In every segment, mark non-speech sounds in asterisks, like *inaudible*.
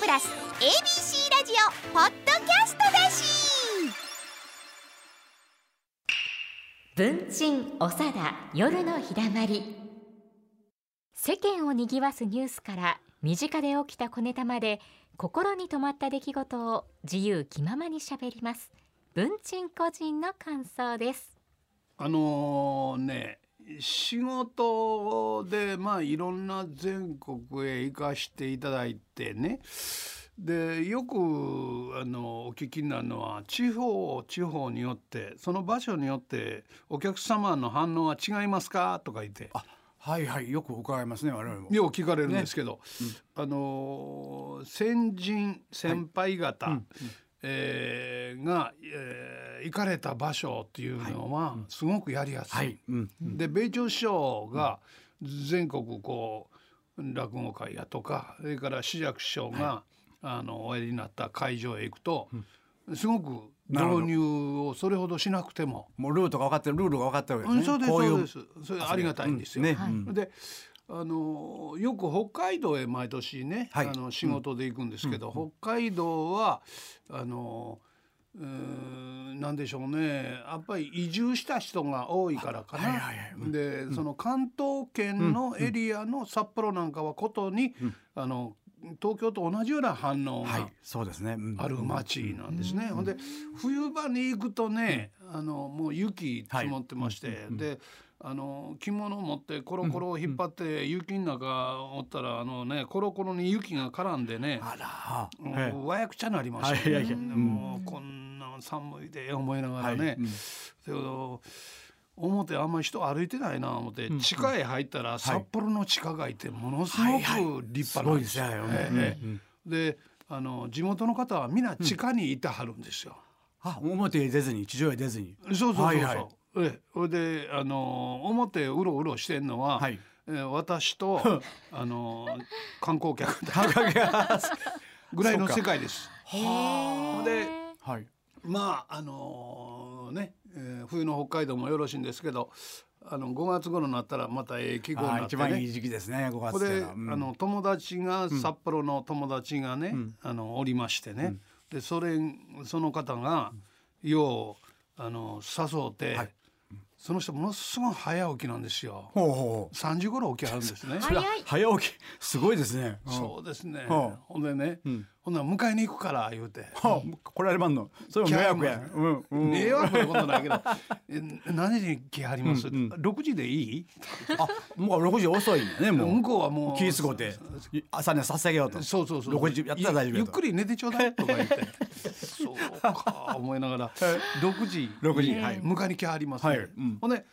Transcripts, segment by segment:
プラス ABC ラジオポッドキャストだし文鎮おさだ夜のひだまり世間をにぎわすニュースから身近で起きた小ネタまで心に留まった出来事を自由気ままにしゃべります文鎮個人の感想ですあのね仕事でまあいろんな全国へ行かしていただいてねでよくあのお聞きになるのは地方地方によってその場所によってお客様の反応は違いますかとか言ってあはいはいよく伺いますね我々も。よう聞かれるんですけど、あの先人先輩方、えーが、えー行かれた場所っていうのはすごくやりやすい。はい、うん、で米朝首相が全国こう落語会やとかそれから志らく師匠が、あのおやりになった会場へ行くと、すごくなるほど導入をそれほどしなくても、もうルートが分かってるルールが分かったわけですうね。んそうですそこいうですそれありがたいんですよ。うんねはいであのよく北海道へ毎年ね、はいあの仕事で行くんですけど、北海道はあのうーんなんでしょうねやっぱり移住した人が多いからかな、はいはいはいうんで、その関東圏のエリアの札幌なんかはことに、あの東京と同じような反応が、はい、そうですね。うんある町なんですね。ほんで冬場に行くとね、あのもう雪積もってまして、で。あの着物を持ってコロコロを引っ張って雪の中おったらあのねコロコロに雪が絡んでねあら、もえうわやくちゃなりましたよ、はいはいはでいもうこんな寒いで思いながらね、はいうんだけど表あんまり人歩いてないな思って、地下へ入ったら札幌の地下街ってものすごはくいはい立派なんですよ。すごいですねええええであの地元の方は皆地下にいてはるんですよ。あ表へ出ずに地上へ出ずに。そうそうそうそう。はいはいええそれであの表うろうろしてんのは、はいええ私 *laughs* とあの観光客だ *laughs* ぐらいの世界です。へではい。まああのね、えー冬の北海道もよろしいんですけどあの5月頃になったらまたええ気候にあなーって一番いねい。時期ですね。5月こっていうれのは。うんあの友達が札幌の友達がね、あのおりましてね、でそれその方がようあの誘うて、はいその人ものすごい早起きなんですよ。ほうほうほう。 3時頃起きはるんですね。早い早起きすごいですね。うんそうですね。はあほんでね、ほんなら迎えに行くから言うて。はあ、これあればんの。それも迷惑やん。うんうん。迷惑なことないけど *laughs* え何時に来はります、6時でいいあ、もう6時遅いんだね。もう。向こうはもう気ぃ使うて朝にさせげようと。そうそうそう。 6時やったら大丈夫やとゆゆっくり寝てちょうだいとか言 *laughs* って。そうか思いながら6時6時にはい迎えに来はります、はいうんほんで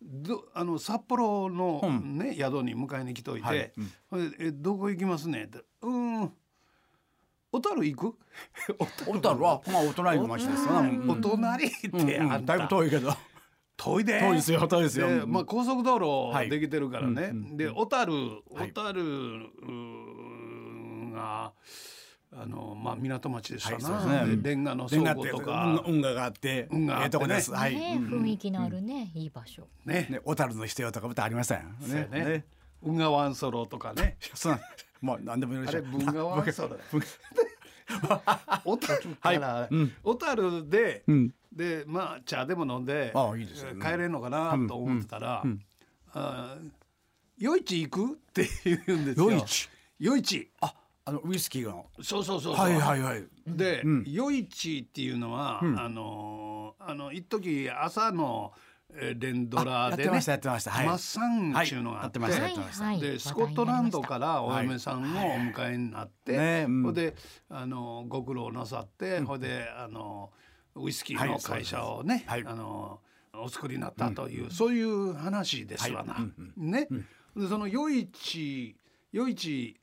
どあの札幌の、ね宿に迎えに来といて、はいうんほんでえどこ行きますね?」って「うーん小樽 *laughs* 行く?おったら、 *laughs* あまあ、お隣の町ですよ。うんお隣」って、うんあうんんただいぶ遠いけど。遠いで遠いですよ遠いですよでうんまあ、高速道路はいできてるからね、で小樽は小い樽、うーがあの、まあ、港町でしたな、はいそうですねでレンガのレンガ倉っ庫てとか運河があって運河があっええてねとこです。はい。ねうん雰囲気のあるね、いい場所ねね小樽の人よとか歌ありましたよそうやね。ね運河ワンソロとかねそうなんもう何でもよろあしいれでしょ文化ワン *laughs* ソロだ小樽から小樽で、んでまあ茶でも飲んでああいいですよね帰れるのかなと思ってたら「あー夜市行く?」って言うんですよ。夜市夜市ああのウイスキーのそうそうそうそうはいはいはいで、夜市っていうのは、あのーあの一時朝のえー連ドラであやってねましたやってましたはいマッサンっていうのがあって,、はいやってましはいたやってましたはいでスコットランド話題になりましたからお嫁さんをお迎えになって、はいねうんほいであのご苦労なさって、ほいであのウイスキーの会社をね、はいそうであすはいのお作りになったという、そういう話ですわな。ね、でその夜市夜市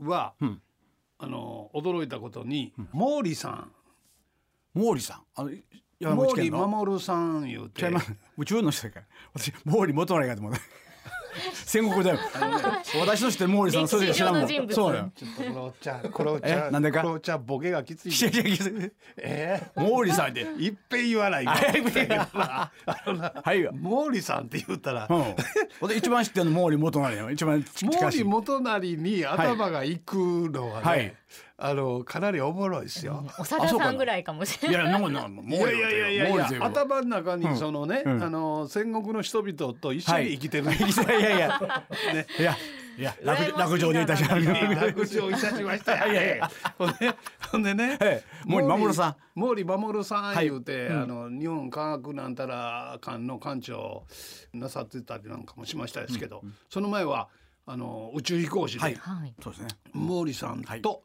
は、あの驚いたことに、毛利さん毛利さんあの山毛口利県の守さん言うて違います宇宙の人だから私毛利元就かと思った戦国だよ。私として毛利さんそれしか知らんもん。歴史上の人物そうだよ。ちょっとこのおっちゃん、このおっちゃえん、なんでかこのおっちゃんボケがきつい。いやいやいやえ毛利さんで。え、いっぺん言わない。あ *laughs* いっぺんだけどなあのな、はいよ。毛利さんって言ったらう、ん。俺一番知ってるの毛利元就よ。一番近毛し利い。元就に頭が行くのはね、はいあのかなりおもろいですよ。長田さんぐらいかもしれいない。やなんかなんかい毛利やいやいやいやいや元就頭の中にそのね、うんあの戦国の人々と一緒に生きてる、い、いやいやいや。ねいやいや落落城でいたしまし楽勝いたしま *laughs* したよ。いやいやほんでほんでね、ええ毛利守さ毛利守さんはい言うて、あの日本科学なんたら館の館長なさってたりなんかもしましたですけど、その前はあの宇宙飛行士で、はいはい。そうですね。毛利さんと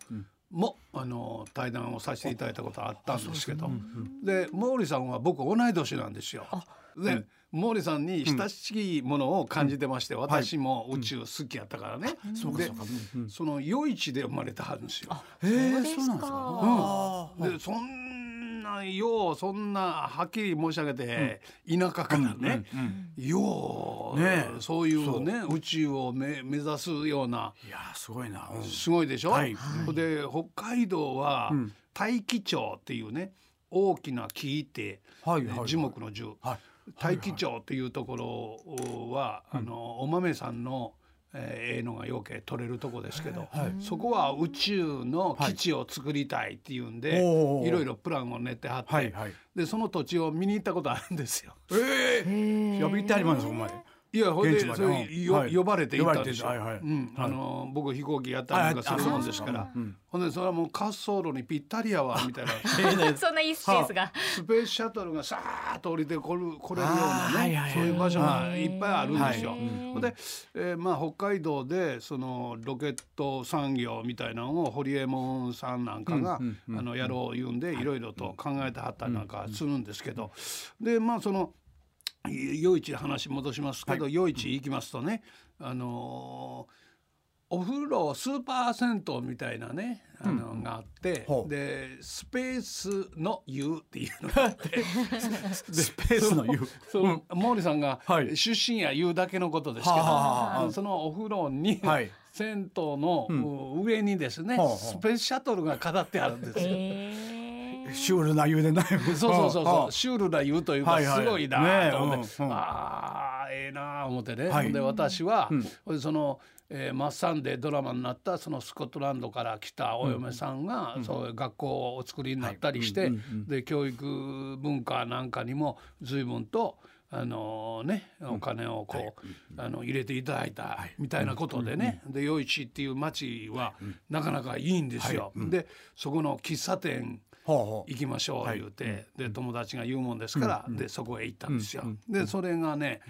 も、あの対談をさせていただいたことあったんですけどで毛利さんは僕同い年なんですよ。で毛利さんに親しいものを感じてまして、私も宇宙好きやったからね、でその夜市で生まれてはるんですよ。えそうーでそうすなんですか。か。でそんなようそんなはっきり申し上げて、田舎からね、よう、ねえそういうね宇宙をめ目指すような。いやーすごいな。うんすごいでしょ、はいで北海道はうん大気町っていうね大きな木って、はいはいはい樹木の樹、はい。大気町っていうところは、あのお豆さんのえーええのがよけ取れるとこですけど、そこは宇宙の基地を作りたいっていうんで、はいいおーろいろプランを練ってはって、はいはいでその土地を見に行ったことあるんですよ。ええへー。えやべ行ってありますそこまで。いやほん *laughs* 現で地までそれうんよ、はい呼ばれて行ったんですよ、呼ばれてはいはいうんあの僕飛行機やったりなんかするもんですから、はいあそうなんですほんでそれはもう滑走路にぴったりやわみたいなそんな一スペースが。スペースシャトルがさーっと降りてこる来れるようあーなはね、いはいはいそういう場所がいっぱいあるんですよ。はいうほんで、えーまあ、北海道でそのロケット産業みたいなのを堀エモ門さんなんかが、うんうんうんあのやろう言うんでいろいろと考えてはったりなんかするんですけど、でまあそのい夜市話戻しますけど、夜市行きますとね、あのーお風呂スーパー銭湯みたいなねあのがあって、ほうでスペースの湯っていうのがあってスペースの *laughs* 湯。その毛利さんがはい出身や言うだけのことですけど、はあはあはあそのお風呂に、はい銭湯の、上にですね、はあはあスペースシャトルが飾ってあるんですよ。ええ。シュールな湯でな *laughs* い。そうそうそうそんう、。シュールな言うというか、はいはいすごいなと思って、ねえうんうんああええなあ思ってね、はいほんで私は、ほんでその、えー、マッサンでドラマになったそのスコットランドから来たお嫁さんが、そういう学校をお作りになったりして、で教育文化なんかにも随分とあのね、お金をこう、あの入れていただいたみたいなことでね、で余市っていう町はなかなかいいんですよ。でそこの喫茶店ほうほう。行きましょう言うて、で友達が言うもんですから、でそこへ行ったんですよ。でそれがね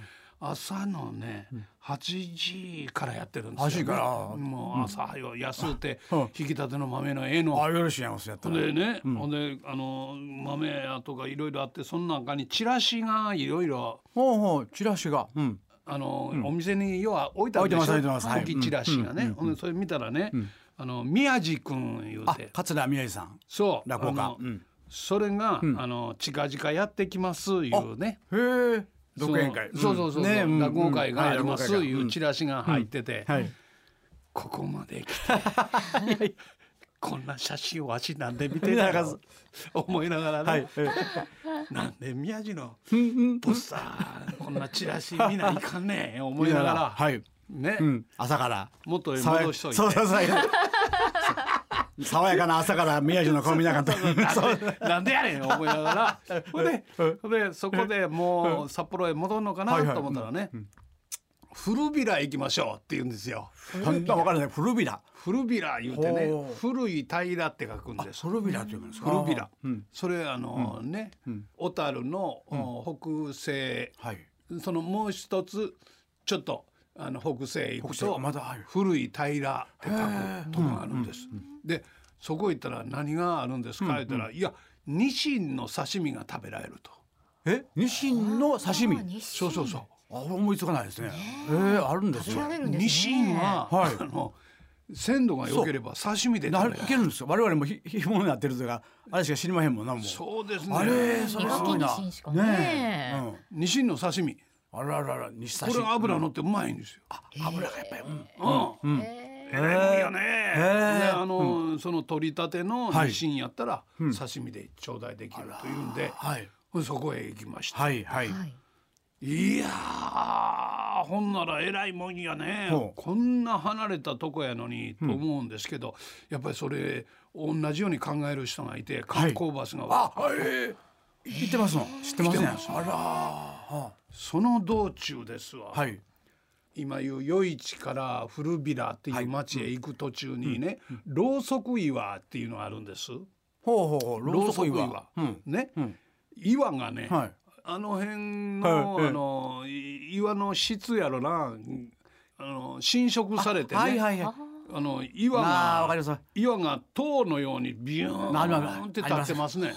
朝のね8時からやってるんですよ、ね。 8時からもう朝早う安うてうん引き立ての豆の絵のあよろしいやんすやったほんら。でね、ほんであの豆やとかいろいろあってその中にチラシがいろいろほうほうチラシが。うん。あの、お店に要は置いてあるでしょ置いてます置いてますはい大きいチラシがね、ほんでそれ見たらね、あの宮地君言うあて桂宮治さん。そう落語家あのうんそれが、あの近々やってきますいうねへえ。独演会。そうそうそうそう、ねん落語会がありますはい落語会いがうチラシが入ってて、はい。ここまで来て *laughs* こんな写真をわしなんで見てたなかんか思いながらね、はい。ええなんで宮地のポスターこんなチラシ見ないかんね *laughs* ん思いながら、はい。ね、うん。朝から。元へ爽や戻しといてそうそうそう *laughs* 爽やかな朝から宮城の顔見なかった。なんで *laughs* なんでやねん思いながらほんでほんでそこでもう札幌へ戻るのかなはいはいと思ったらね「古びら行きましょう」って言うんですよ。そんなわからない。古びら。古びら言うてねほう古い平って書くんです。古びらっていうんですか。古びらあーうん。それあのね小樽の北西はい。そのもう一つちょっとあの北西行く北西とまだはい古い平って書くとこがあるんです。でそこ行ったら何があるんですか言ったらいやニシンの刺身が食べられると。え、ニシンの刺身。あ、そうそうそう。思いつかないですね。えー、あるんですよ。ニシンは、はいあの鮮度が良ければ刺身でな食るべいられける。るんですよ。我々もひひもになってるというか、あれしか知りまへんもんなもう。そうですね。あれ、それす岩ご木いな。にしかね。うん。ニシンの刺身。あららら西こ差しれが油乗ってうまいんですよ。油がやっぱり、うんうん。えらいもんよね。へえであのその取り立てのはいニシンやったら刺身で頂戴できるというんで、はいそこへ行きました。はいはい、はいいやーほんならえらいもんやねほうこんな離れたとこやのにと思うんですけど、やっぱりそれ同じように考える人がいて観光バスが、わあえー行ってますの知ってません、来てますあらーはその道中ですわ、あはい今いう余市から古ビラっていう町へ行く途中にね、ろうそく岩っていうのがあるんです。ほうほうほうろうそく岩うんね、ん岩がね、はいあの辺の、はいあのい岩の質やろな、あの侵食されてね、あ,、はいはいはいの岩あーわかりがます岩が塔のようにビュなりますーンって立ってますね。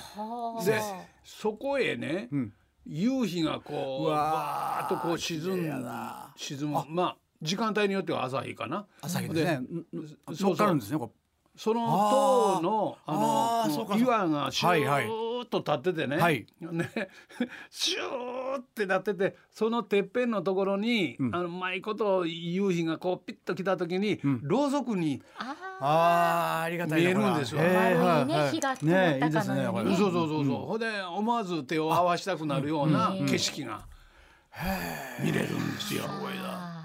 で、そこへね、ん夕日がこううわわーーっとこう沈綺麗むやな沈むまあ時間帯によっては朝日かな。朝日ですねそうそう乗っかるんですねこその塔のああーあーそのうこかうそうか岩がシューッと立っててね,、はいね *laughs* シューってなっててそのてっぺんのところに、うんあのうまいこと夕日がこうピッと来た時に、んろうそくにあうあーありがたい見なえるんこれはですよへー丸いねはいはい火が通ったかのようにねねいいそうですねそうそうこそう、ほんで思わず手を合わしたくなるような景色が見れるんですよ。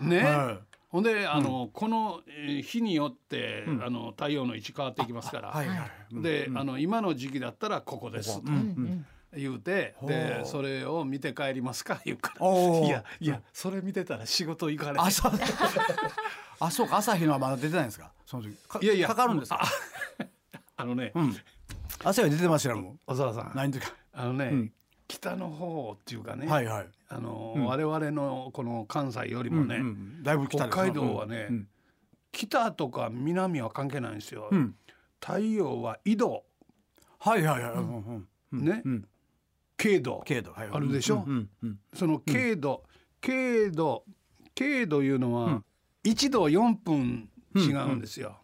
ね、れはほんであの、このえー日によって、あの太陽の位置変わっていきますから、いはいはいで、あの今の時期だったらここです、言うてでほうそれを見て帰りますか言うからおーいやいやそれ見てたら仕事行かれへん *laughs* あそう *laughs* あそうか朝日のはまだ出てないんですかその時かいやいやかかるんですかあのね、朝日は出てますよも小沢さうんないんとかあのね、ん北の方っていうかね、はいはいあの、我々のこの関西よりもね、うんうんだいぶ来た北ですね海道はね、うん北とか南は関係ないんですよ、ん太陽は緯度はいはいはいうんうんうんねうん経度軽度はいあるでしょうんうんその経度、経度経度いうのは1度4分違うんですよ、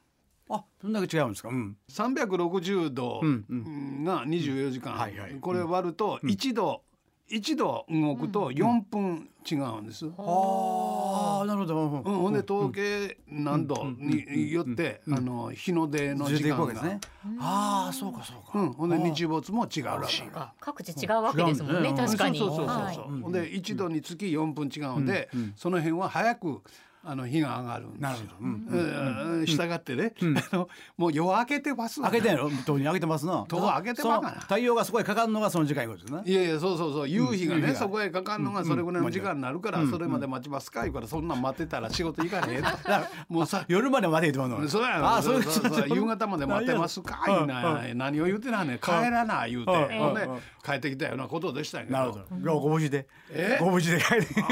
あどんだけ違うんですかうん360度うんうが24時間、はいはいこれ割ると1度、一度動くと4分違うんです、うんああなるほどうんうんほんで統計何度によって、あの日の出のずれ時ていく間わけでが、すねああそうかそうかうん、ほんで日没も違うし。各地違うわけですもん違ねうんだね確かにそうそうそうそうはいそう、ほんで一度につき4分違うんで、その辺は早くあの日が上がるんでなるすほよど。うんうん、したがってね、 *laughs* あのもう夜明けてますわ開けてんやろ塔に開けてますな塔開けてまうかなその太陽がそこへかかるのがその時間いうことですねいやいやそうそうそう夕日がね、夕日がそこへかかんのがそれぐらいの時間になるから、それまで待ちますか言うからそんなん待ってたら仕事行かねえと *laughs* もうさ夜までまで言ってまうのそうやろあーそそううそうそう夕方まで待ってますかいな何を言うてなんねん帰らな言うてうんほんでうん帰ってきたようなことでしたんやけどなるほどじゃあご無事でえご無事で帰ってガ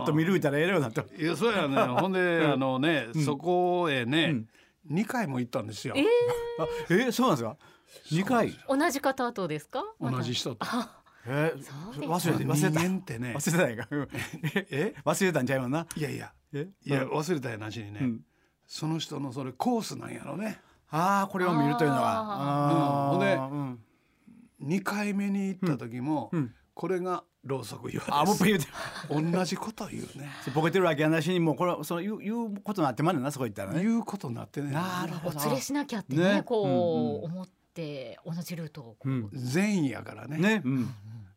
ッと見るみたいなえらいようになっていやそうや *laughs* ねほんであのね、そこへね、二2回も行ったんですよ、あえそうなんですか二回同じ方とですかまた同じ人とえうです忘れて忘人れた間ってね忘れてないかうんえ忘れたんちゃいますないやいやえいや忘れたやなしにね、んその人のそれコースなんやろねああこれを見るというのがあうんーほんでうん2回目に行った時も、これがろうそく岩あもうで一回言うてす同じこと言うねボケてるわけやなしにもうこれその言う言うことになってまんねんなそこ行ったらね言うことになってねなるほおど連れしなきゃってねねこう思って同じルートをこううん善意やからねねうん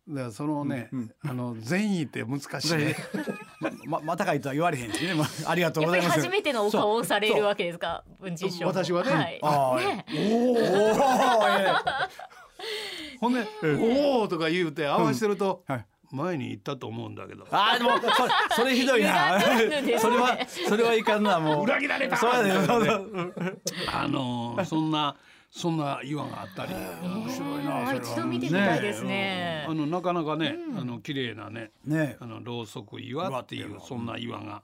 だからそのね、あの善意って難しいね *laughs* ままたかいとは言われへんしね、まあ、ありがとうやっごぱりざいます初めてのお顔 *laughs* をされるわけですか文珍師匠も私はねはいあーねおーほんで「おお」とか言うて合わせてると、はい前に行ったと思うんだけどあーでもそれそれひどいな歪んでるんですね *laughs* それはそれはいかんなもう裏切られたそうやねそうだあのーそんなそんな岩があったり、面白いな一度見てみたいですねあのなかなかね、あの綺麗なねねあのろうそく岩っていうそんな岩が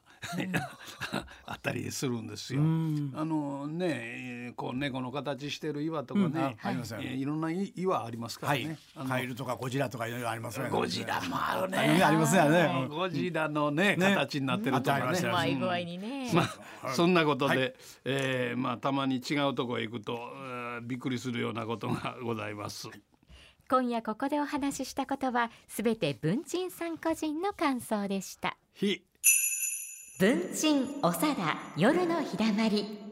*laughs* あったりするんですよ。あのねえーこう猫の形してる岩とかね、うんあありますよえーいろんな岩ありますからはい、ね。あのカエルとかゴジラとかいろいろありますよねゴジラもあるありますねね。ありますよねゴジラのねね形になってるとありかまねし。たうまい具合にねまあ、そんなことで、えーまあ、たまに違うとこへ行くとえーびっくりするようなことがございます。今夜ここでお話ししたことはすべて文鎮さん個人の感想でしたひ文鎮おさだ夜のひだまり